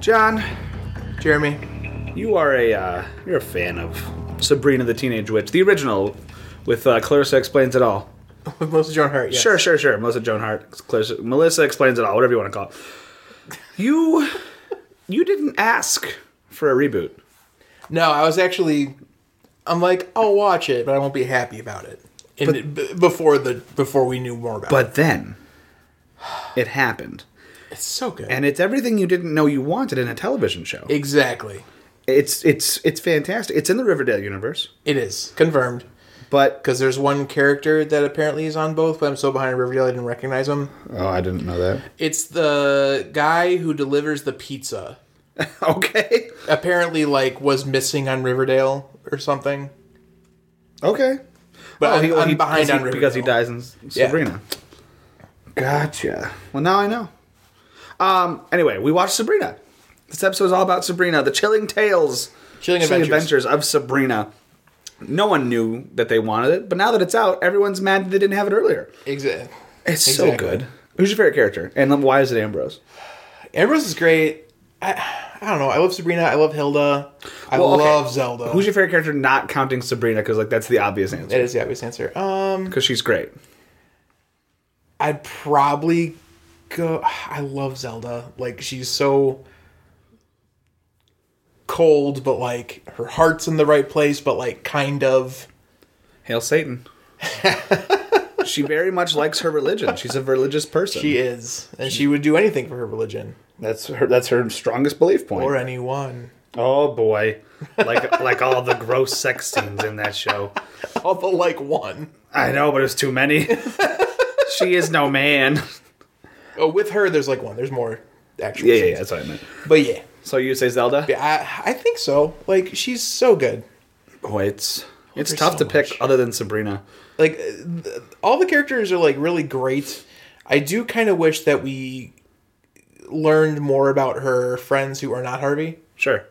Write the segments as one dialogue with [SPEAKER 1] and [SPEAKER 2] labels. [SPEAKER 1] John, Jeremy,
[SPEAKER 2] You are a uh, you're a fan of Sabrina the Teenage Witch, the original, with uh, Clarissa explains it all.
[SPEAKER 1] mostly John Hurt. Yes.
[SPEAKER 2] Sure, sure, sure. Melissa Joan Hart, Clarissa, Melissa explains it all. Whatever you want to call it. You you didn't ask for a reboot.
[SPEAKER 1] No, I was actually. I'm like, I'll watch it, but I won't be happy about it. And b- before the before we knew more about it,
[SPEAKER 2] But then it happened.
[SPEAKER 1] it's so good.
[SPEAKER 2] And it's everything you didn't know you wanted in a television show.
[SPEAKER 1] exactly,
[SPEAKER 2] It's it's it's fantastic. It's in the Riverdale universe,
[SPEAKER 1] it is confirmed
[SPEAKER 2] but
[SPEAKER 1] because there's one character that apparently is on both, but I'm so behind Riverdale I didn't recognize him.
[SPEAKER 2] oh, I didn't know that.
[SPEAKER 1] It's the guy who delivers the pizza.
[SPEAKER 2] Okay,
[SPEAKER 1] Apparently, like was missing on Riverdale or something.
[SPEAKER 2] okay.
[SPEAKER 1] But I'm,
[SPEAKER 2] well,
[SPEAKER 1] I'm behind
[SPEAKER 2] because
[SPEAKER 1] on
[SPEAKER 2] he-
[SPEAKER 1] Riverdale
[SPEAKER 2] because he dies in S-
[SPEAKER 1] Yeah.
[SPEAKER 2] Sabrina. Gotcha. Well, now I know. Um. Anyway, we watched Sabrina. This episode is all about Sabrina, the chilling tales,
[SPEAKER 1] Chilling Adventures.
[SPEAKER 2] of Sabrina. No one knew that they wanted it, but now that it's out, everyone's mad they didn't have it earlier.
[SPEAKER 1] Exactly.
[SPEAKER 2] It's so
[SPEAKER 1] Exactly.
[SPEAKER 2] good. Who's your favorite character, and why is it Ambrose?
[SPEAKER 1] Ambrose is great. I, I don't know. I love Sabrina. I love Hilda. I
[SPEAKER 2] Well, okay.
[SPEAKER 1] love Zelda.
[SPEAKER 2] Who's your favorite character? Not counting Sabrina, because like that's the obvious
[SPEAKER 1] That
[SPEAKER 2] answer.
[SPEAKER 1] is the obvious answer. Um,
[SPEAKER 2] Because she's great.
[SPEAKER 1] I'd probably go. I love Zelda. Like she's so cold, but like her heart's in the right place. But like kind of.
[SPEAKER 2] Hail Satan. she very much likes her religion. She's a religious person.
[SPEAKER 1] She is, and she would do anything for her religion
[SPEAKER 2] That's her. That's her strongest belief point.
[SPEAKER 1] or anyone.
[SPEAKER 2] Oh boy, like like all the gross sex scenes in that show.
[SPEAKER 1] Although, like one.
[SPEAKER 2] I know, but it's too many. she is no man.
[SPEAKER 1] Oh, with her, there's like one. There's more. Actually,
[SPEAKER 2] Yeah, yeah, yeah, that's what I meant.
[SPEAKER 1] But yeah,
[SPEAKER 2] So you say Zelda?
[SPEAKER 1] yeah, I I think so. Like she's so good.
[SPEAKER 2] Oh, it's it's
[SPEAKER 1] There's
[SPEAKER 2] tough
[SPEAKER 1] so
[SPEAKER 2] to pick
[SPEAKER 1] much.
[SPEAKER 2] other than Sabrina.
[SPEAKER 1] like uh, th- all the characters are like really great i do kind of wish that we learned more about her friends who are not harvey
[SPEAKER 2] Sure.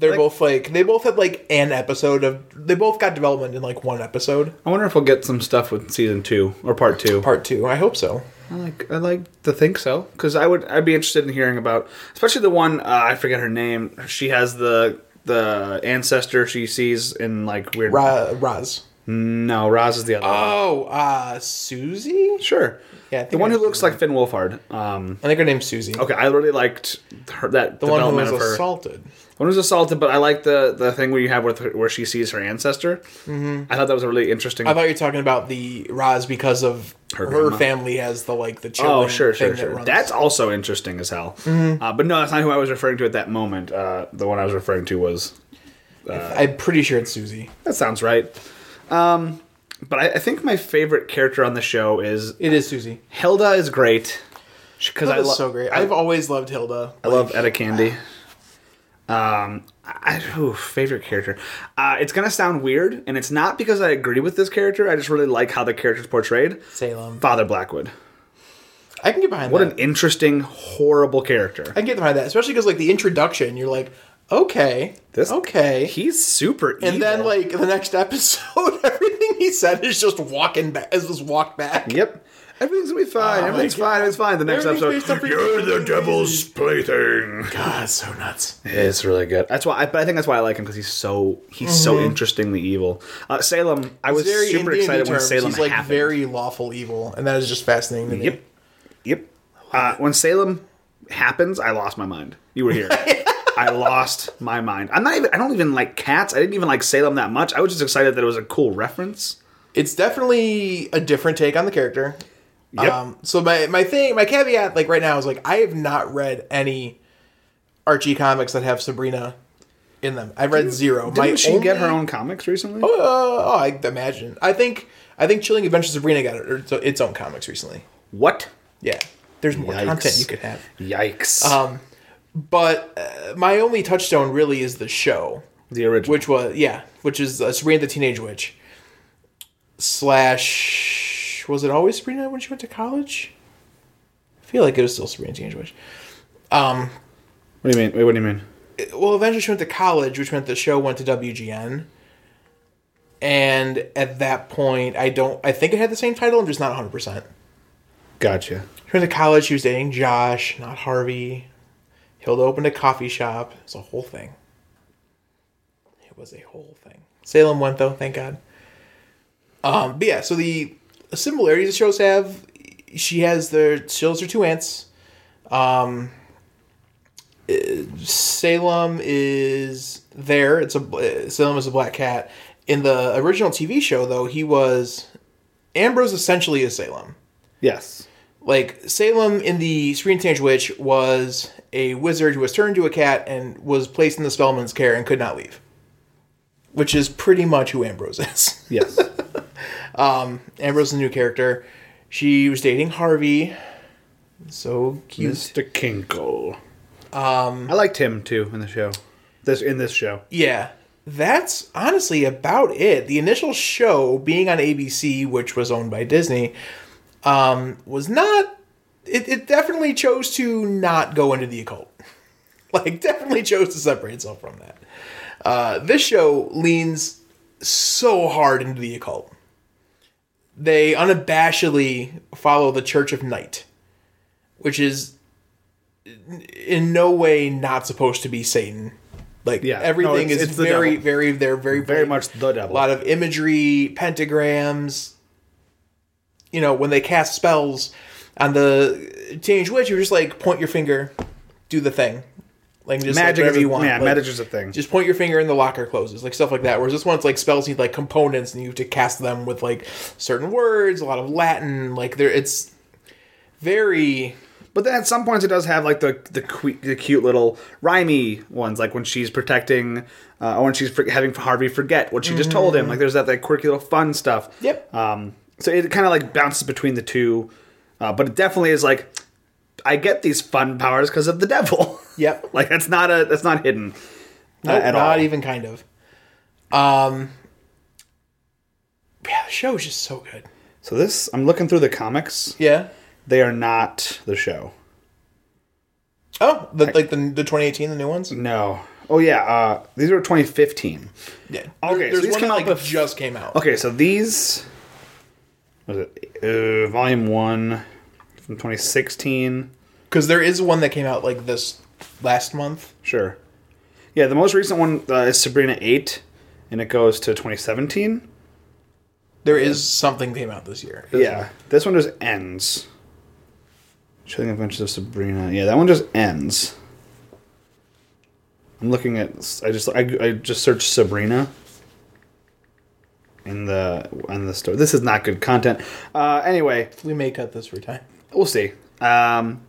[SPEAKER 1] they're both like they both had like an episode of they both got development in like one episode
[SPEAKER 2] I wonder if we'll get some stuff with season two or part two.
[SPEAKER 1] part two i hope so
[SPEAKER 2] I like I like to think so because I would I'd be interested in hearing about especially the one uh, I forget her name. She has the the ancestor she sees in like weird.
[SPEAKER 1] Ra- raz
[SPEAKER 2] No, Roz is the other. one.
[SPEAKER 1] oh uh susie
[SPEAKER 2] Sure.
[SPEAKER 1] Yeah, I think
[SPEAKER 2] the one
[SPEAKER 1] I
[SPEAKER 2] who
[SPEAKER 1] seen
[SPEAKER 2] looks like Finn Wolfhard. Um,
[SPEAKER 1] i think her name's susie
[SPEAKER 2] okay, I really liked her, that
[SPEAKER 1] the one who
[SPEAKER 2] development
[SPEAKER 1] was
[SPEAKER 2] of her.
[SPEAKER 1] assaulted
[SPEAKER 2] One was assaulted, but I like the the thing where you have with her, where she sees her ancestor. Mm-hmm. I thought that was a really interesting.
[SPEAKER 1] i thought you were talking about the raz because of
[SPEAKER 2] Her
[SPEAKER 1] her,
[SPEAKER 2] grandma.
[SPEAKER 1] family has the like the children
[SPEAKER 2] oh, sure, sure,
[SPEAKER 1] thing that
[SPEAKER 2] sure.
[SPEAKER 1] runs. Mm-hmm.
[SPEAKER 2] that's also interesting as hell. Uh, but no, that's not who I was referring to at that moment. Uh, the one I was referring to was
[SPEAKER 1] i'm pretty sure it's susie
[SPEAKER 2] that sounds right. Um, but I, I think my favorite character on the show is
[SPEAKER 1] it is susie
[SPEAKER 2] Hilda. Is great because I
[SPEAKER 1] Hilda's
[SPEAKER 2] love
[SPEAKER 1] so great. I've always loved Hilda.
[SPEAKER 2] I love Etta Candy. Um, I ooh, favorite character. Uh, it's gonna sound weird, and it's not because I agree with this character. I just really like how the character's portrayed.
[SPEAKER 1] Salem.
[SPEAKER 2] Father Blackwood.
[SPEAKER 1] I can get behind
[SPEAKER 2] What
[SPEAKER 1] that.
[SPEAKER 2] an interesting, horrible character.
[SPEAKER 1] I can get behind that, especially because like the introduction, you're like, okay,
[SPEAKER 2] This
[SPEAKER 1] okay,
[SPEAKER 2] He's super.
[SPEAKER 1] and then like the next episode, everything he said is just walking back, is just walked back.
[SPEAKER 2] yep. Everything's gonna be fine. Everything's
[SPEAKER 1] God.
[SPEAKER 2] fine. It's fine. The next
[SPEAKER 1] Oh, Everything's
[SPEAKER 2] episode,
[SPEAKER 1] based on-
[SPEAKER 2] you're the devil's plaything.
[SPEAKER 1] God, it's so nuts.
[SPEAKER 2] It's really good. That's why. I, but I think that's why I like him because he's so he's so interestingly evil. Uh, Salem. I was
[SPEAKER 1] Mm-hmm. Very
[SPEAKER 2] super
[SPEAKER 1] Indiana
[SPEAKER 2] excited when
[SPEAKER 1] terms,
[SPEAKER 2] Salem
[SPEAKER 1] he's like
[SPEAKER 2] happened.
[SPEAKER 1] very lawful evil, and that is just fascinating to me.
[SPEAKER 2] Yep. Yep. Uh, when Salem happens, I lost my mind. You were here. I lost my mind. I'm not even. I don't even like cats. I didn't even like Salem that much. I was just excited that it was a cool reference.
[SPEAKER 1] It's definitely a different take on the character.
[SPEAKER 2] Yep.
[SPEAKER 1] Um, so my my thing, my caveat, like right now, is like I have not read any Archie comics that have Sabrina in them. I've read zero.
[SPEAKER 2] Didn't
[SPEAKER 1] my
[SPEAKER 2] she get her
[SPEAKER 1] only-
[SPEAKER 2] own comics recently?
[SPEAKER 1] Uh, oh, I imagine. I think I think Chilling Adventures of Sabrina got it, or its- its own comics recently.
[SPEAKER 2] What?
[SPEAKER 1] Yeah, there's more
[SPEAKER 2] Yikes.
[SPEAKER 1] content you could have. Um,
[SPEAKER 2] Yikes.
[SPEAKER 1] Uh, But uh, my only touchstone really is the show,
[SPEAKER 2] the original.
[SPEAKER 1] which was yeah, which is uh, Sabrina the Teenage Witch. Slash, was it always Sabrina when she went to college? I feel like it was still Sabrina the Teenage Witch. Um,
[SPEAKER 2] What do you mean? Wait, what do you mean?
[SPEAKER 1] well, eventually she went to college, which meant the show went to WGN. And at that point, I don't. I think it had the same title. I'm just not 100. percent
[SPEAKER 2] Gotcha.
[SPEAKER 1] She went to college. She was dating Josh, not Harvey. Hilda opened a coffee shop. It's a whole thing. It was a whole thing. Salem went though, thank God. Um, but yeah, so the similarities the shows have, she has the she has her two aunts. Um, uh, Salem is there. It's a uh, Salem is a black cat. In the original TV show, though, he was Ambrose. Essentially, is Salem
[SPEAKER 2] Yes.
[SPEAKER 1] like Salem in the Screen Teenage Witch was a wizard who was turned into a cat and was placed in the Spellman's care and could not leave, which is pretty much who Ambrose is.
[SPEAKER 2] Yes.
[SPEAKER 1] Ambrose is a new character. She was dating Harvey. So cute.
[SPEAKER 2] Mr. Kinkle. Um, I liked him too in the show. This in this show.
[SPEAKER 1] Yeah. That's honestly about it. The initial show being on ABC, which was owned by Disney, um, was not it, it definitely chose to not go into the occult. Like definitely chose to separate itself from that. Uh, this show leans so hard into the occult. They unabashedly follow the Church of Night, which is in no way not supposed to be Satan. Like
[SPEAKER 2] Yeah. No,
[SPEAKER 1] everything
[SPEAKER 2] it's-
[SPEAKER 1] is
[SPEAKER 2] it's the
[SPEAKER 1] very,
[SPEAKER 2] devil.
[SPEAKER 1] very, they're very,
[SPEAKER 2] Very much the devil.
[SPEAKER 1] a lot of imagery, pentagrams. You know, when they cast spells on the teenage witch, you just like point your finger, do the thing, like just like,
[SPEAKER 2] magic
[SPEAKER 1] whatever
[SPEAKER 2] is a,
[SPEAKER 1] you want.
[SPEAKER 2] yeah,
[SPEAKER 1] like,
[SPEAKER 2] magic is a thing.
[SPEAKER 1] Just point your finger and the locker closes, like stuff like that. Whereas this one's like spells need like components, and you have to cast them with like certain words, a lot of Latin. Like there, it's very
[SPEAKER 2] But then at some points it does have like the the, que- the cute little rhymey ones, like when she's protecting, uh, or when she's for- having Harvey forget what she just told him. Like there's that like quirky little fun stuff.
[SPEAKER 1] Mm-hmm. Yep.
[SPEAKER 2] Um, so it kind of like bounces between the two, uh, but it definitely is like I get these fun powers because of the devil.
[SPEAKER 1] yep.
[SPEAKER 2] like that's not a that's not hidden uh,
[SPEAKER 1] Nope,
[SPEAKER 2] at
[SPEAKER 1] not
[SPEAKER 2] all.
[SPEAKER 1] even kind of. Um, yeah, the show is just so good.
[SPEAKER 2] so this I'm looking through the comics.
[SPEAKER 1] Yeah.
[SPEAKER 2] They are not the show.
[SPEAKER 1] Oh, the, like the the 2018, the new ones.
[SPEAKER 2] No. Oh yeah. Uh, these were 2015.
[SPEAKER 1] Yeah. Oh.
[SPEAKER 2] Okay, so
[SPEAKER 1] There's
[SPEAKER 2] these
[SPEAKER 1] one
[SPEAKER 2] came
[SPEAKER 1] that
[SPEAKER 2] out
[SPEAKER 1] like
[SPEAKER 2] bef-
[SPEAKER 1] just came out.
[SPEAKER 2] Okay, so these was it uh, volume one from 2016.
[SPEAKER 1] Because there is one that came out like this last month.
[SPEAKER 2] Sure. Yeah, the most recent one uh, is Sabrina eight, and it goes to 2017.
[SPEAKER 1] There is something came out this year.
[SPEAKER 2] Yeah, this one just ends. Chilling Adventures of Sabrina. Yeah, that one just ends. I'm looking at. I just I, I just searched Sabrina. In the on the store. This is not good content. Uh, anyway,
[SPEAKER 1] We may cut this for time.
[SPEAKER 2] we'll see. Um,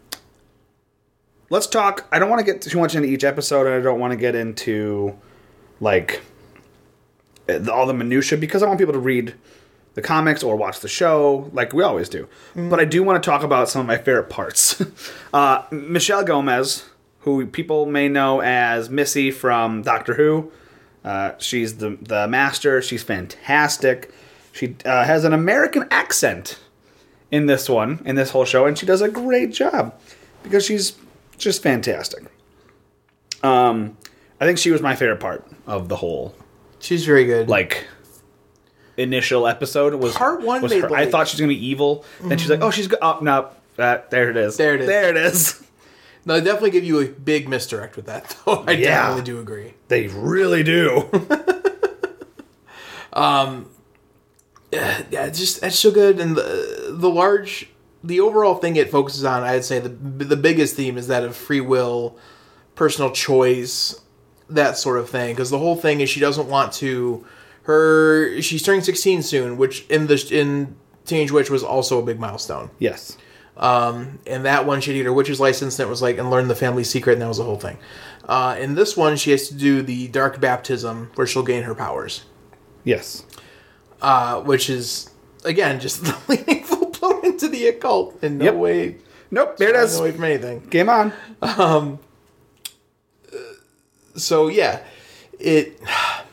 [SPEAKER 2] let's talk. I don't want to get too much into each episode, and I don't want to get into like uh, the- all the minutia because I want people to read the comics or watch the show, like we always do. But I do want to talk about some of my favorite parts. uh, Michelle Gomez, who people may know as Missy from Doctor Who. Uh, she's the the master. She's fantastic. She uh, has an American accent in this one, in this whole show, and she does a great job because she's just fantastic. Um, I think she was my favorite part of the whole
[SPEAKER 1] She's very good.
[SPEAKER 2] like initial episode was
[SPEAKER 1] Part one
[SPEAKER 2] Was
[SPEAKER 1] made
[SPEAKER 2] her. I
[SPEAKER 1] believe.
[SPEAKER 2] thought she's gonna be evil, then she's like, oh, she's go- oh no, uh, there it is,
[SPEAKER 1] There it is.
[SPEAKER 2] there it is.
[SPEAKER 1] no, they definitely give you a big misdirect with that though. I
[SPEAKER 2] Yeah.
[SPEAKER 1] definitely do agree.
[SPEAKER 2] They really do.
[SPEAKER 1] Yeah, it's just that's so good. And the the large, the overall thing it focuses on, I'd say the the biggest theme is that of free will, personal choice, that sort of thing. Because the whole thing is she doesn't want to. Her she's turning sixteen soon, which in the in Teenage Witch was also a big milestone.
[SPEAKER 2] yes,
[SPEAKER 1] And that one she had to get her witch's license, and it was like and learn the family secret, and that was the whole thing. Uh, in this one, she has to do the dark baptism, where she'll gain her powers
[SPEAKER 2] yes,
[SPEAKER 1] uh, which is again just leaning full blown into the occult in no
[SPEAKER 2] Yep.
[SPEAKER 1] way,
[SPEAKER 2] nope, there it
[SPEAKER 1] no
[SPEAKER 2] is.
[SPEAKER 1] way from anything.
[SPEAKER 2] Game on.
[SPEAKER 1] So yeah, it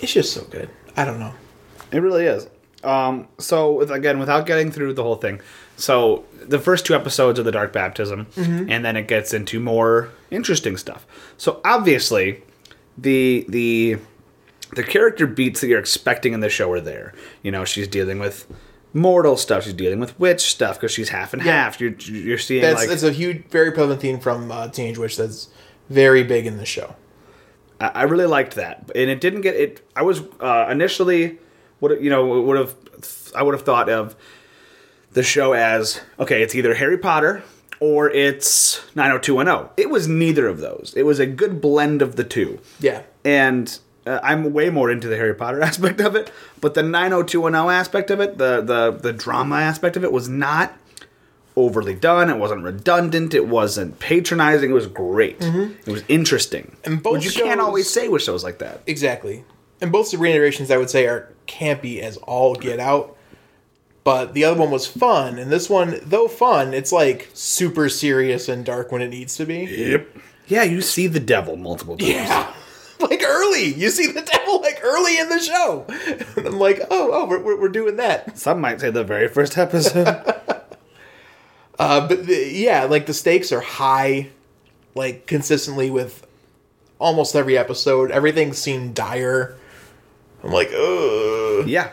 [SPEAKER 1] it's just so good. I don't know.
[SPEAKER 2] It really is. Um, so with, again, without getting through the whole thing, so the first two episodes are the dark baptism, and then it gets into more interesting stuff. So obviously, the the the character beats that you're expecting in the show are there. You know, she's dealing with mortal stuff. She's dealing with witch stuff because she's half and half. You're you're seeing
[SPEAKER 1] That's
[SPEAKER 2] like
[SPEAKER 1] it's a huge, very prevalent theme from uh, Teenage Witch that's very big in the show.
[SPEAKER 2] I I really liked that, and it didn't get it. I was uh, initially would you know would have I would have thought of the show as okay, it's either Harry Potter or it's 90210. It was neither of those. It was a good blend of the two.
[SPEAKER 1] Yeah,
[SPEAKER 2] And uh, I'm way more into the Harry Potter aspect of it, but the 90210 aspect of it, the the the drama aspect of it was not overly done. It wasn't redundant. It wasn't patronizing. It was great. It was interesting.
[SPEAKER 1] Mm-hmm. And both
[SPEAKER 2] which you can't
[SPEAKER 1] shows-
[SPEAKER 2] always say with shows like that.
[SPEAKER 1] exactly. And both the reiterations I would say are campy as all get out, but the other one was fun, and this one, though fun, it's like super serious and dark when it needs to be.
[SPEAKER 2] Yep. Yeah, you see the devil multiple times.
[SPEAKER 1] Yeah. Like early, you see the devil like early in the show. And I'm like, oh, oh, we're, we're, we're doing that.
[SPEAKER 2] Some might say the very first episode.
[SPEAKER 1] Uh, but the, yeah, like the stakes are high, like consistently with almost every episode. Everything seemed dire. I'm like, ugh.
[SPEAKER 2] yeah.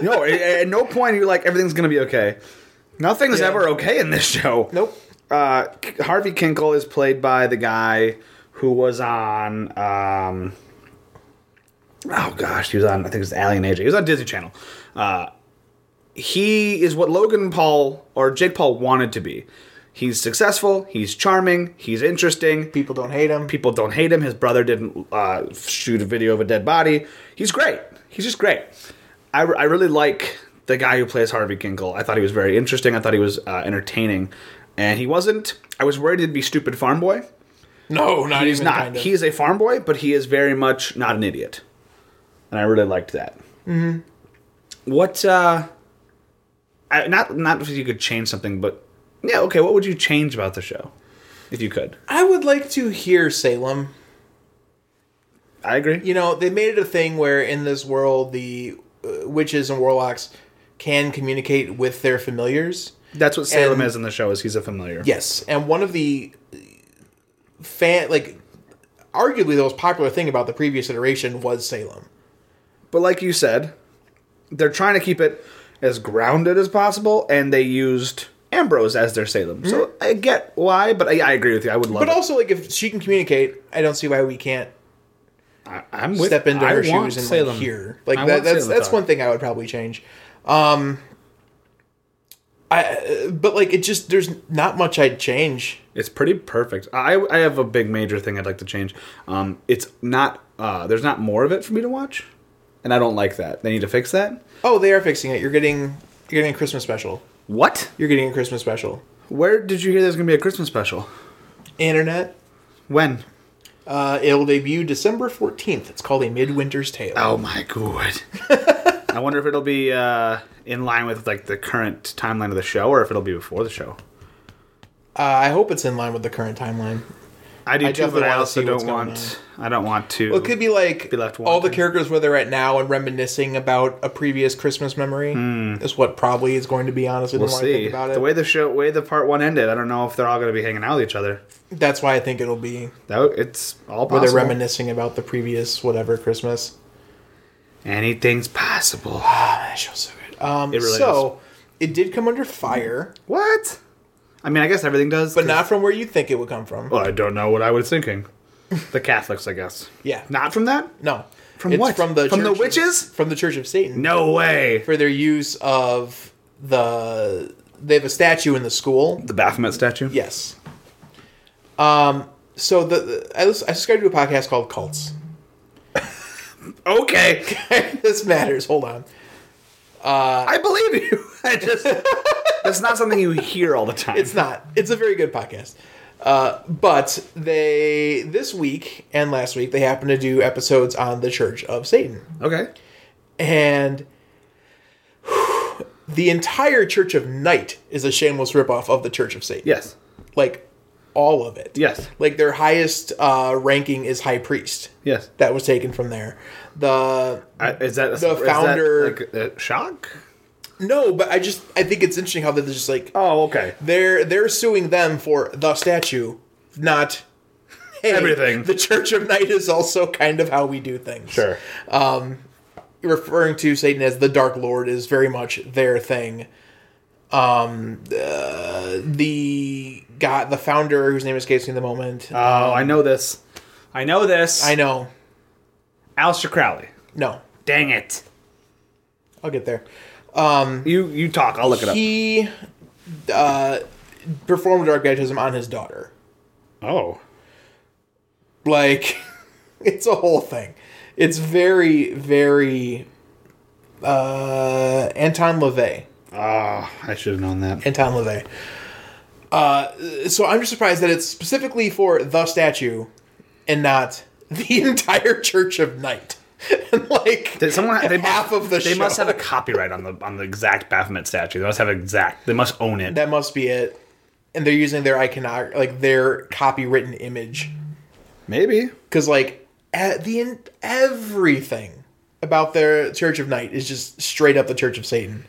[SPEAKER 2] No, at- at no point you're like everything's gonna be okay. Nothing's
[SPEAKER 1] Yeah.
[SPEAKER 2] ever okay in this show.
[SPEAKER 1] Nope.
[SPEAKER 2] uh, K- Harvey Kinkle is played by the guy who was on. Um, oh gosh, he was on. I think it was Alien AJ. He was on Disney Channel. Uh, he is what Logan Paul or Jake Paul wanted to be. He's successful. He's charming. He's interesting.
[SPEAKER 1] People don't hate him.
[SPEAKER 2] People don't hate him. His brother didn't uh, shoot a video of a dead body. He's great. He's just great. I, I really like the guy who plays Harvey Kinkle. I thought he was very interesting. I thought he was uh, entertaining. And he wasn't. I was worried he'd be stupid farm boy.
[SPEAKER 1] No, not
[SPEAKER 2] He's
[SPEAKER 1] even
[SPEAKER 2] not.
[SPEAKER 1] kind of.
[SPEAKER 2] He is a farm boy, but he is very much not an idiot. And I really liked that. Mm-hmm. What? uh I, Not not if you could change something, but yeah, okay. What would you change about the show if you could?
[SPEAKER 1] I would like to hear Salem.
[SPEAKER 2] I agree.
[SPEAKER 1] You know, they made it a thing where in this world, the uh, witches and warlocks can communicate with their familiars.
[SPEAKER 2] That's what Salem
[SPEAKER 1] And-
[SPEAKER 2] is in the show. Is he's a familiar?
[SPEAKER 1] Yes, and one of the fan like arguably the most popular thing about the previous iteration was Salem.
[SPEAKER 2] But like you said, they're trying to keep it as grounded as possible, and they used Ambrose as their Salem. So I get why, but I, I agree with you. I would love.
[SPEAKER 1] Hmm. But
[SPEAKER 2] it.
[SPEAKER 1] also, like if she can communicate, I don't see why we can't
[SPEAKER 2] I, I'm with,
[SPEAKER 1] step into
[SPEAKER 2] I
[SPEAKER 1] her
[SPEAKER 2] want
[SPEAKER 1] shoes and
[SPEAKER 2] Salem.
[SPEAKER 1] like hear. Like
[SPEAKER 2] I
[SPEAKER 1] that,
[SPEAKER 2] want
[SPEAKER 1] that's
[SPEAKER 2] Salem
[SPEAKER 1] that's
[SPEAKER 2] talk.
[SPEAKER 1] one thing I would probably change. Um, I uh, but like it just there's not much I'd change.
[SPEAKER 2] It's pretty perfect. I I have a big major thing I'd like to change. Um, it's not. Uh, there's not more of it for me to watch, and I don't like that. They need to fix that.
[SPEAKER 1] Oh, they are fixing it. You're getting you're getting a Christmas special.
[SPEAKER 2] What?
[SPEAKER 1] You're getting a Christmas special.
[SPEAKER 2] Where did you hear there's gonna be a Christmas special?
[SPEAKER 1] Internet.
[SPEAKER 2] When?
[SPEAKER 1] Uh, it'll debut December fourteenth. It's called A Midwinter's Tale.
[SPEAKER 2] Oh my god. I wonder if it'll be uh, in line with like the current timeline of the show, or if it'll be before the show.
[SPEAKER 1] Uh, I hope it's in line with the current timeline.
[SPEAKER 2] I do
[SPEAKER 1] I
[SPEAKER 2] too, but
[SPEAKER 1] definitely
[SPEAKER 2] I
[SPEAKER 1] wanna
[SPEAKER 2] also
[SPEAKER 1] see what's
[SPEAKER 2] don't
[SPEAKER 1] going
[SPEAKER 2] want. I don't want to.
[SPEAKER 1] It could be like
[SPEAKER 2] Be left
[SPEAKER 1] all the
[SPEAKER 2] wanting.
[SPEAKER 1] characters where they're at now and reminiscing about a previous Christmas memory is what probably is going to be. Honestly,
[SPEAKER 2] Hmm. we'll
[SPEAKER 1] the more I think
[SPEAKER 2] see.
[SPEAKER 1] about
[SPEAKER 2] The
[SPEAKER 1] it,
[SPEAKER 2] way the show, way the part one ended, I don't know if they're all going to be hanging out with each other.
[SPEAKER 1] that's why I think it'll be
[SPEAKER 2] That w- it's all
[SPEAKER 1] where they're
[SPEAKER 2] possible.
[SPEAKER 1] reminiscing about the previous whatever Christmas.
[SPEAKER 2] Anything's possible.
[SPEAKER 1] Ah, that show's so good. Um,
[SPEAKER 2] really
[SPEAKER 1] so it did come under fire,
[SPEAKER 2] What? I mean, I guess everything does.
[SPEAKER 1] but not from where you think it would come from.
[SPEAKER 2] Well, I don't know what I was thinking. the Catholics, I guess.
[SPEAKER 1] Yeah.
[SPEAKER 2] Not from that.
[SPEAKER 1] No,
[SPEAKER 2] From what?
[SPEAKER 1] From the
[SPEAKER 2] From the
[SPEAKER 1] Church of-
[SPEAKER 2] witches?
[SPEAKER 1] from the Church of Satan
[SPEAKER 2] No way.
[SPEAKER 1] for their use of the. They have a statue in the school
[SPEAKER 2] The Baphomet statue.
[SPEAKER 1] Yes. Um. So the, the I, was, I subscribe to a podcast called Cults.
[SPEAKER 2] Okay.
[SPEAKER 1] this matters. Hold on.
[SPEAKER 2] I believe you. I just that's not something you hear all the time.
[SPEAKER 1] It's not. It's a very good podcast. Uh, but they this week and last week they happened to do episodes on the Church of Satan
[SPEAKER 2] okay.
[SPEAKER 1] and the entire Church of Night is a shameless ripoff of the Church of Satan.
[SPEAKER 2] Yes.
[SPEAKER 1] Like all of it.
[SPEAKER 2] Yes.
[SPEAKER 1] Like their highest uh, ranking is High Priest.
[SPEAKER 2] Yes.
[SPEAKER 1] That was taken from there. The
[SPEAKER 2] I, is that
[SPEAKER 1] The
[SPEAKER 2] is that,
[SPEAKER 1] founder-
[SPEAKER 2] like, uh, shock?
[SPEAKER 1] No, but I just I think it's interesting how they're just like
[SPEAKER 2] Oh, okay.
[SPEAKER 1] they're they're suing them for the statue, not hey,
[SPEAKER 2] Everything.
[SPEAKER 1] The Church of Night is also kind of how we do things.
[SPEAKER 2] Sure.
[SPEAKER 1] referring to Satan as the Dark Lord is very much their thing. Um, uh, the guy, the founder, whose name escapes me at the moment.
[SPEAKER 2] Oh, I know this. I know this.
[SPEAKER 1] I know.
[SPEAKER 2] Aleister Crowley.
[SPEAKER 1] No,
[SPEAKER 2] Dang it.
[SPEAKER 1] I'll get there.
[SPEAKER 2] You you talk. I'll look it up.
[SPEAKER 1] He uh, performed dark baptism on his daughter.
[SPEAKER 2] Oh.
[SPEAKER 1] Like, it's a whole thing. It's very, very uh, Anton LaVey.
[SPEAKER 2] Ah, I should have known that.
[SPEAKER 1] Anton LaVey. Uh, so I'm just surprised that it's specifically for the statue and not the entire Church of Night. like
[SPEAKER 2] Did someone they
[SPEAKER 1] half of the
[SPEAKER 2] They must
[SPEAKER 1] show.
[SPEAKER 2] have a copyright on the on the exact Baphomet statue. They must have exact. They must own it.
[SPEAKER 1] that must be it. And they're using their iconography, like their copywritten image.
[SPEAKER 2] Maybe.
[SPEAKER 1] because like e- the en- everything about their Church of Night is just straight up the Church of Satan,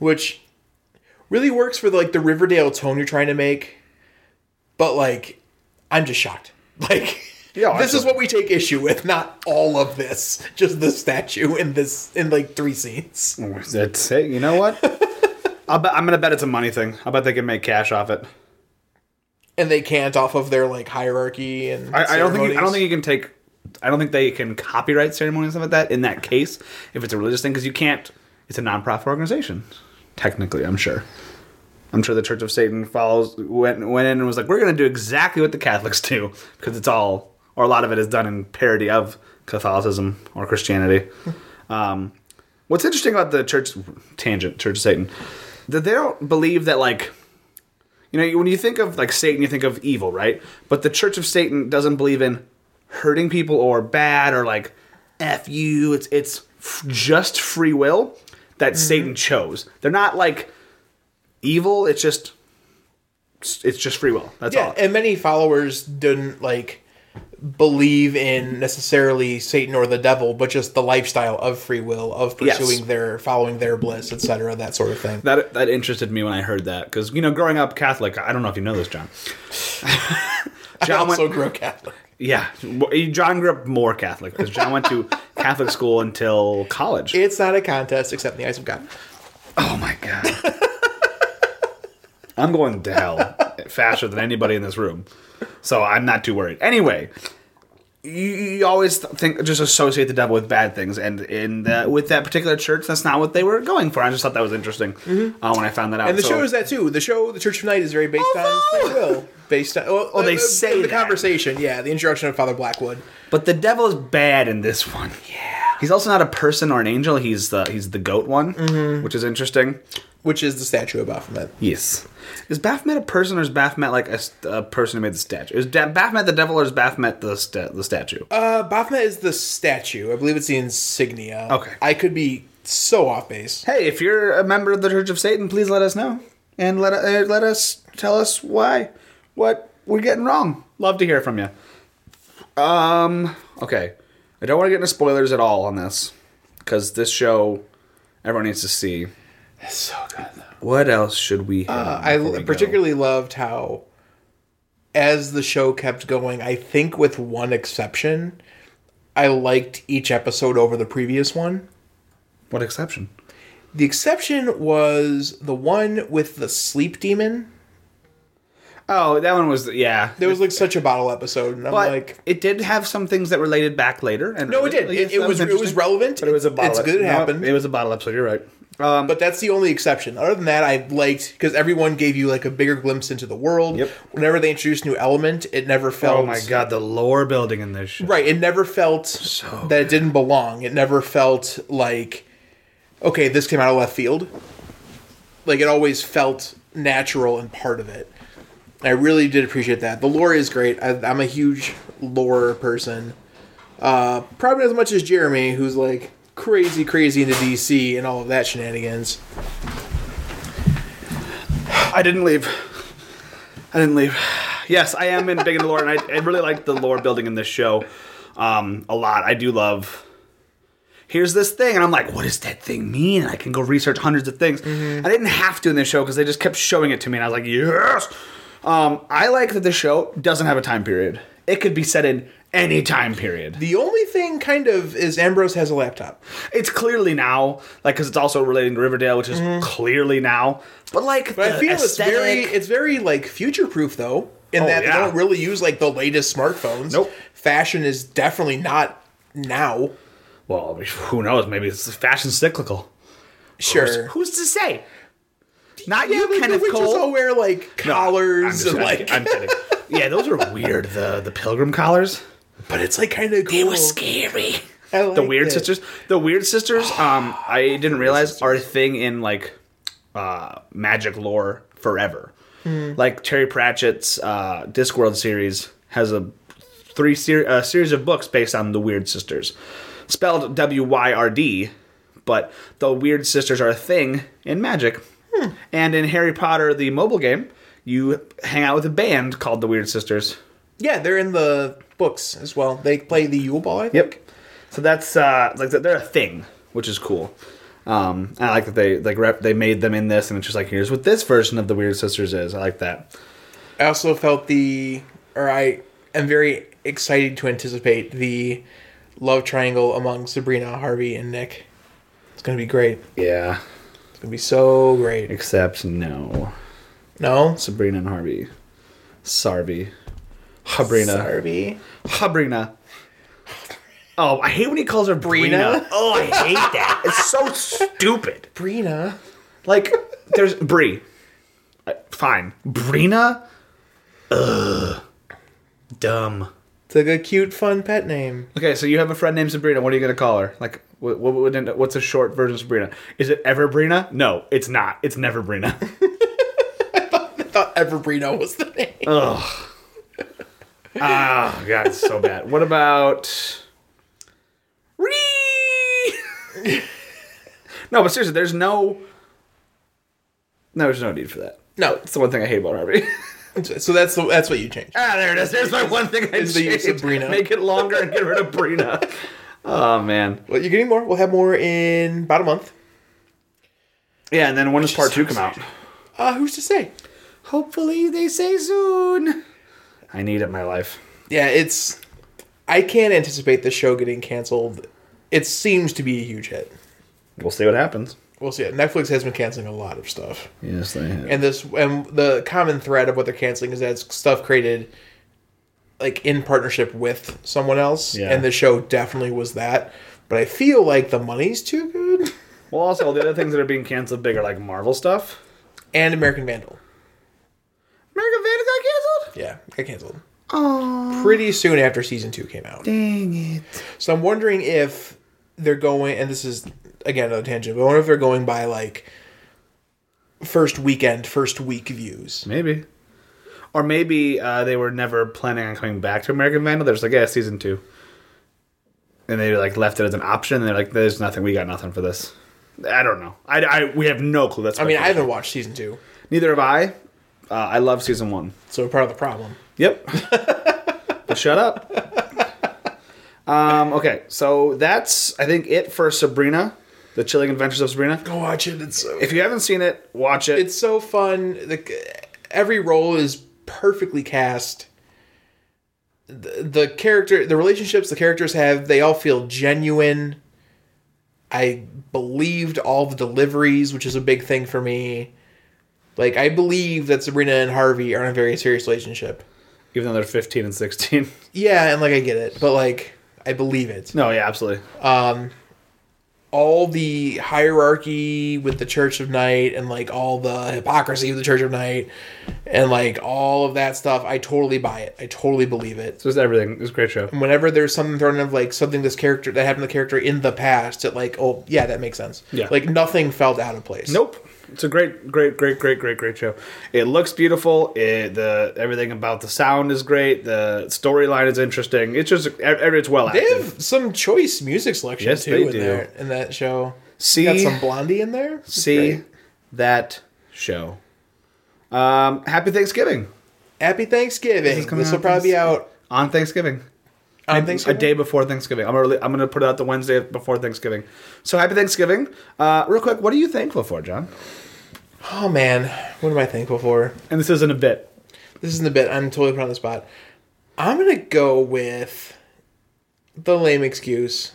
[SPEAKER 1] which really works for like the Riverdale tone you're trying to make. But like, I'm just shocked. Like,
[SPEAKER 2] Yeah,
[SPEAKER 1] this
[SPEAKER 2] absolutely.
[SPEAKER 1] is what we take issue with, not all of this. Just the statue in this in like three scenes.
[SPEAKER 2] That's it. You know what? I'll bet, I'm gonna bet it's a money thing. I bet they can make cash off it.
[SPEAKER 1] And they can't off of their like hierarchy and
[SPEAKER 2] I, I don't think you, I don't
[SPEAKER 1] ceremonies.
[SPEAKER 2] think you can take. I don't think they can copyright ceremony and stuff like that in that case if it's a religious thing because you can't. It's a nonprofit organization, technically. I'm sure. I'm sure the Church of Satan follows went went in and was like, we're going to do exactly what the Catholics do because it's all or a lot of it is done in parody of Catholicism or Christianity. um, what's interesting about the Church tangent Church of Satan that they don't believe that like you know, when you think of like Satan, you think of evil, right? But the Church of Satan doesn't believe in hurting people or bad or like f you. It's it's f- just free will that Satan chose. They're not like evil. It's just it's just free will. That's
[SPEAKER 1] Yeah,
[SPEAKER 2] all.
[SPEAKER 1] and many followers didn't like believe in necessarily Satan or the devil, but just the lifestyle of free will, of
[SPEAKER 2] Yes.
[SPEAKER 1] pursuing their following their bliss, etc., that sort of thing.
[SPEAKER 2] that that interested me when I heard that because you know, growing up Catholic, I don't know if you know this, John.
[SPEAKER 1] I
[SPEAKER 2] John
[SPEAKER 1] also
[SPEAKER 2] went,
[SPEAKER 1] grow Catholic.
[SPEAKER 2] yeah, John grew up more Catholic because John went to Catholic school until college.
[SPEAKER 1] It's not a contest except in the eyes of God.
[SPEAKER 2] Oh my god. I'm going to hell faster than anybody in this room. So I'm not too worried. Anyway, you, you always think just associate the devil with bad things and in the, with that particular church that's not what they were going for. I just thought that was interesting uh, when I found that out.
[SPEAKER 1] And the
[SPEAKER 2] So-
[SPEAKER 1] show is that too. The show, The Church of Night, is very based
[SPEAKER 2] Although-
[SPEAKER 1] on free will. Based on oh,
[SPEAKER 2] they say
[SPEAKER 1] the
[SPEAKER 2] that.
[SPEAKER 1] conversation, yeah, the introduction of Father Blackwood.
[SPEAKER 2] But the devil is bad in this one. Yeah. He's also not a person or an angel. He's the he's the goat one,
[SPEAKER 1] Mm-hmm.
[SPEAKER 2] which is interesting.
[SPEAKER 1] Which is the statue of Baphomet.
[SPEAKER 2] Yes. Is Baphomet a person or is Baphomet like a, st- a person who made the statue? Is da- Baphomet the devil or is Baphomet the sta the statue?
[SPEAKER 1] Uh, Baphomet is the statue. I believe it's the insignia.
[SPEAKER 2] Okay.
[SPEAKER 1] I could be so off base.
[SPEAKER 2] hey, if you're a member of the Church of Satan, please let us know and let uh, let us tell us why what we're getting wrong. Love to hear from you. Um, okay. I don't want to get into spoilers at all on this cuz this show everyone needs to see.
[SPEAKER 1] It's so good though.
[SPEAKER 2] What else should we hit on
[SPEAKER 1] Uh, I
[SPEAKER 2] before we
[SPEAKER 1] l-
[SPEAKER 2] go?
[SPEAKER 1] particularly loved how, as the show kept going, I think with one exception, I liked each episode over the previous one.
[SPEAKER 2] What exception?
[SPEAKER 1] The exception was the one with the sleep demon.
[SPEAKER 2] Oh, that one was yeah.
[SPEAKER 1] There was like such a bottle episode, and I'm
[SPEAKER 2] But
[SPEAKER 1] like,
[SPEAKER 2] it did have some things that related back later. And
[SPEAKER 1] no, it did.
[SPEAKER 2] Yes,
[SPEAKER 1] It, it
[SPEAKER 2] that
[SPEAKER 1] was it was
[SPEAKER 2] interesting.
[SPEAKER 1] relevant.
[SPEAKER 2] But it was a bottle.
[SPEAKER 1] It's good it
[SPEAKER 2] no,
[SPEAKER 1] happened. Um,
[SPEAKER 2] It was a bottle episode. You're right.
[SPEAKER 1] but that's the only exception. Other than that, I liked because everyone gave you like a bigger glimpse into the world.
[SPEAKER 2] Yep.
[SPEAKER 1] Whenever they introduced new element, it never felt.
[SPEAKER 2] Oh my god, the lore building in this show.
[SPEAKER 1] Right. It never felt
[SPEAKER 2] So
[SPEAKER 1] that it didn't belong. It never felt like, okay, this came out of left field. Like it always felt natural and part of it. I really did appreciate that. The lore is great. I, I'm a huge lore person. Uh, probably as much as Jeremy, who's like crazy, crazy into DC and all of that shenanigans.
[SPEAKER 2] I didn't leave. I didn't leave. Yes, I am in big in the lore, and I, I really like the lore building in this show um, a lot. I do love. Here's this thing, and I'm like, what does that thing mean? And I can go research hundreds of things.
[SPEAKER 1] Mm-hmm.
[SPEAKER 2] I didn't have to in this show because they just kept showing it to me, and I was like, yes. Um, I like that the show doesn't have a time period. It could be set in any time period.
[SPEAKER 1] The only thing kind of is Ambrose has a laptop.
[SPEAKER 2] It's clearly now, like because it's also relating to Riverdale, which is clearly now. But like,
[SPEAKER 1] Mm-hmm. But
[SPEAKER 2] the
[SPEAKER 1] I feel
[SPEAKER 2] aesthetic-
[SPEAKER 1] it's very it's very like future proof though, in
[SPEAKER 2] Oh,
[SPEAKER 1] that
[SPEAKER 2] yeah.
[SPEAKER 1] they don't really use like the latest smartphones.
[SPEAKER 2] Nope.
[SPEAKER 1] Fashion is definitely not now.
[SPEAKER 2] well. Who knows? Maybe it's fashion cyclical.
[SPEAKER 1] Sure.
[SPEAKER 2] Who's to say? Not
[SPEAKER 1] yeah,
[SPEAKER 2] you,
[SPEAKER 1] like,
[SPEAKER 2] Kenneth
[SPEAKER 1] the witches
[SPEAKER 2] Cole.
[SPEAKER 1] all wear like
[SPEAKER 2] No, I'm
[SPEAKER 1] collars
[SPEAKER 2] just
[SPEAKER 1] and
[SPEAKER 2] kidding.
[SPEAKER 1] like,
[SPEAKER 2] I'm kidding. yeah, those were weird. The the pilgrim collars.
[SPEAKER 1] but it's like kind of cool.
[SPEAKER 2] scary.
[SPEAKER 1] I liked
[SPEAKER 2] the weird
[SPEAKER 1] it.
[SPEAKER 2] sisters. The weird sisters. Um, I didn't realize are a thing in like uh, magic lore forever. Like Terry Pratchett's uh, Discworld series has a three ser- a series of books based on the weird sisters, spelled W Y R D, but the weird sisters are a thing in magic. And in Harry Potter, the mobile game, you hang out with a band called the Weird Sisters.
[SPEAKER 1] Yeah, they're in the books as well. They play the Yule Ball. I think.
[SPEAKER 2] Yep. So that's uh, like they're a thing, which is cool. Um, and I like that they like rep- they made them in this, and it's just like here's what this version of the Weird Sisters is. I like that.
[SPEAKER 1] I also felt the, or I am very excited to anticipate the love triangle among Sabrina, Harvey, and Nick. It's gonna be great.
[SPEAKER 2] Yeah.
[SPEAKER 1] It's gonna be so great.
[SPEAKER 2] Except no,
[SPEAKER 1] No,
[SPEAKER 2] Sabrina and Harvey, Sarby, Habrina,
[SPEAKER 1] Harvey.
[SPEAKER 2] Habrina. Oh, I hate when he calls her Brina.
[SPEAKER 1] Brina?
[SPEAKER 2] Oh, I hate that. It's so stupid.
[SPEAKER 1] Brina.
[SPEAKER 2] Like, there's Bree. Uh, Fine. Brina? Ugh. Dumb.
[SPEAKER 1] It's like a cute, fun pet name.
[SPEAKER 2] Okay, so you have a friend named Sabrina. What are you going to call her? Like, what, what would end up, what's a short version of Sabrina? Is it ever Brina? No, it's not. It's never Brina.
[SPEAKER 1] I thought Everbrino was the name.
[SPEAKER 2] oh, God, it's so bad. What about. Ree! no, but seriously, there's no. No, there's no need for that.
[SPEAKER 1] No,
[SPEAKER 2] That's the one thing I hate about Harvey.
[SPEAKER 1] so that's the, that's what you changed.
[SPEAKER 2] Ah, there it is. There's my one thing I
[SPEAKER 1] Is the use of
[SPEAKER 2] changed.
[SPEAKER 1] Brina.
[SPEAKER 2] Make it longer and get rid of Brina. Oh man.
[SPEAKER 1] Well, you're getting more. We'll have more in about a month.
[SPEAKER 2] Yeah, and then when does part two come out?
[SPEAKER 1] Uh, who's to say?
[SPEAKER 2] Hopefully they say soon. I need it in my life.
[SPEAKER 1] Yeah, it's. I can't anticipate the show getting canceled. It seems to be a huge hit.
[SPEAKER 2] We'll see what happens.
[SPEAKER 1] We'll see. Netflix has been canceling a lot of stuff,
[SPEAKER 2] Yes, they have.
[SPEAKER 1] and this and the common thread of what they're canceling is that it's stuff created like in partnership with someone else,
[SPEAKER 2] Yeah.
[SPEAKER 1] and the show definitely was that. But I feel like the money's too good.
[SPEAKER 2] well, also the other things that are being canceled big are like Marvel stuff.
[SPEAKER 1] And American Vandal,
[SPEAKER 2] American Vandal got canceled.
[SPEAKER 1] yeah, got canceled
[SPEAKER 2] Oh,
[SPEAKER 1] pretty soon after season two came out.
[SPEAKER 2] dang it!
[SPEAKER 1] So I'm wondering if they're going, and this is again another tangent, but I wonder if they're going by like first weekend, first week views.
[SPEAKER 2] Maybe, or maybe uh, they were never planning on coming back to American Vandal. They're just like, yeah, season two, and they like left it as an option. And they're like, there's nothing. We got nothing for this. I don't know. I, I we have no clue. That's
[SPEAKER 1] I mean, I haven't watched season two,
[SPEAKER 2] neither have I. Uh, I love season one.
[SPEAKER 1] so part of the problem.
[SPEAKER 2] Yep. But shut up. Um, okay, so that's I think it for Sabrina, the Chilling Adventures of Sabrina.
[SPEAKER 1] Go watch it. It's so
[SPEAKER 2] If you haven't seen it, watch it.
[SPEAKER 1] it's so fun. The every role is perfectly cast. The, the character, the relationships the characters have, they all feel genuine. I believed all the deliveries, which is a big thing for me. Like I believe that Sabrina and Harvey are in a very serious relationship.
[SPEAKER 2] even though they're fifteen and sixteen.
[SPEAKER 1] Yeah, and like I get it, but like I believe it.
[SPEAKER 2] No, yeah, absolutely.
[SPEAKER 1] all the hierarchy with the Church of Night and like all the hypocrisy of the Church of Night and like all of that stuff, I totally buy it. I totally believe it.
[SPEAKER 2] It's just everything. It's a great show.
[SPEAKER 1] Whenever there's something thrown in of like something this character that happened to the character in the past, it like, oh yeah, that makes sense.
[SPEAKER 2] Yeah.
[SPEAKER 1] Like nothing felt out of place.
[SPEAKER 2] Nope. It's a great, great, great, great, great, great show. It looks beautiful. It, the everything about the sound is great. The storyline is interesting. It's just e- every- it's well
[SPEAKER 1] They
[SPEAKER 2] acted.
[SPEAKER 1] have some choice music selection
[SPEAKER 2] Yes,
[SPEAKER 1] too
[SPEAKER 2] they
[SPEAKER 1] in
[SPEAKER 2] do.
[SPEAKER 1] there in that show.
[SPEAKER 2] See,
[SPEAKER 1] Got some blondie in there. It's
[SPEAKER 2] see
[SPEAKER 1] great.
[SPEAKER 2] that show. Um, happy Thanksgiving
[SPEAKER 1] Happy Thanksgiving.
[SPEAKER 2] is
[SPEAKER 1] This,
[SPEAKER 2] coming
[SPEAKER 1] will
[SPEAKER 2] out
[SPEAKER 1] probably be out
[SPEAKER 2] on Thanksgiving.
[SPEAKER 1] on
[SPEAKER 2] a
[SPEAKER 1] Thanksgiving.
[SPEAKER 2] day before Thanksgiving. I'm gonna I'm gonna put it out the Wednesday before Thanksgiving. So happy Thanksgiving. Uh, real quick, what are you thankful for, John?
[SPEAKER 1] Oh man, what am I thankful for?
[SPEAKER 2] And this isn't a bit.
[SPEAKER 1] this isn't the bit. I'm totally put on the spot. I'm gonna go with the lame excuse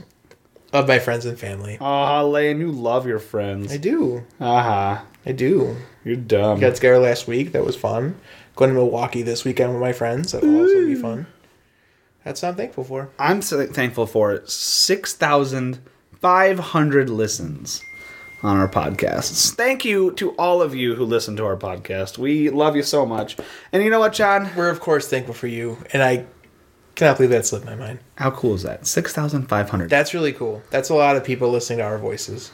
[SPEAKER 1] of my friends and family.
[SPEAKER 2] Aw, Lane, you love your friends.
[SPEAKER 1] I do.
[SPEAKER 2] Aha.
[SPEAKER 1] I do.
[SPEAKER 2] You're dumb.
[SPEAKER 1] Got Scare last week. That was fun. Going to Milwaukee this weekend with my friends. That will also be fun. That's what I'm thankful for.
[SPEAKER 2] I'm so thankful for 6,500 listens on our podcasts. Thank you to all of you who listen to our podcast. We love you so much. And you know what, John?
[SPEAKER 1] We're, of course, thankful for you. And I cannot believe that slipped my mind.
[SPEAKER 2] How cool is that? 6,500.
[SPEAKER 1] That's really cool. That's a lot of people listening to our voices.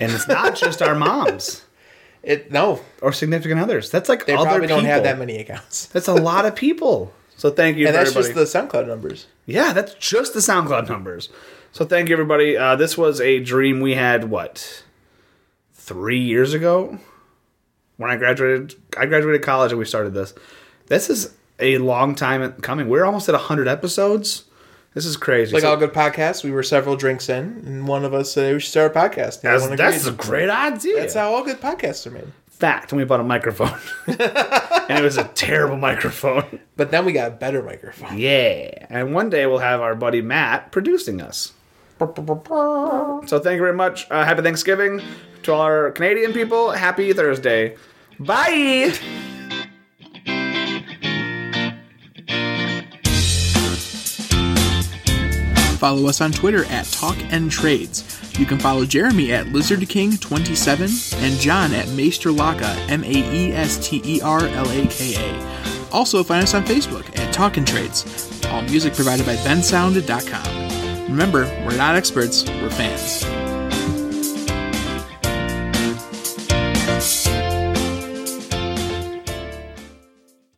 [SPEAKER 2] and it's not just our moms
[SPEAKER 1] It No,
[SPEAKER 2] or significant others. That's like
[SPEAKER 1] they
[SPEAKER 2] other
[SPEAKER 1] probably don't have
[SPEAKER 2] people.
[SPEAKER 1] that many accounts.
[SPEAKER 2] That's a lot of people. So thank you
[SPEAKER 1] And
[SPEAKER 2] for
[SPEAKER 1] that's
[SPEAKER 2] everybody.
[SPEAKER 1] just the SoundCloud numbers.
[SPEAKER 2] Yeah, that's just the SoundCloud numbers. So thank you, everybody. Uh, this was a dream we had, what, three years ago? When I graduated, I graduated college and we started this. This is a long time coming. We're almost at 100 episodes. This is crazy.
[SPEAKER 1] Like
[SPEAKER 2] So
[SPEAKER 1] all good podcasts, we were several drinks in, and one of us said we should start a
[SPEAKER 2] that's,
[SPEAKER 1] podcast. And everyone
[SPEAKER 2] that's a
[SPEAKER 1] agreed.
[SPEAKER 2] great idea.
[SPEAKER 1] that's how all good podcasts are made.
[SPEAKER 2] fact. And we bought a microphone. and it was a terrible microphone.
[SPEAKER 1] But then we got a better microphone.
[SPEAKER 2] Yeah. And one day we'll have our buddy Matt producing us. So thank you very much. Uh, happy Thanksgiving to all our Canadian people. Happy Thursday. Bye.
[SPEAKER 1] Follow us on Twitter at Talk and Trades. You can follow Jeremy at LizardKing27 and John at Maesterlaka, M A E S T E R L A K A. Also, find us on Facebook at Talk and Trades. All music provided by bensound.com. Remember, we're not experts, we're fans.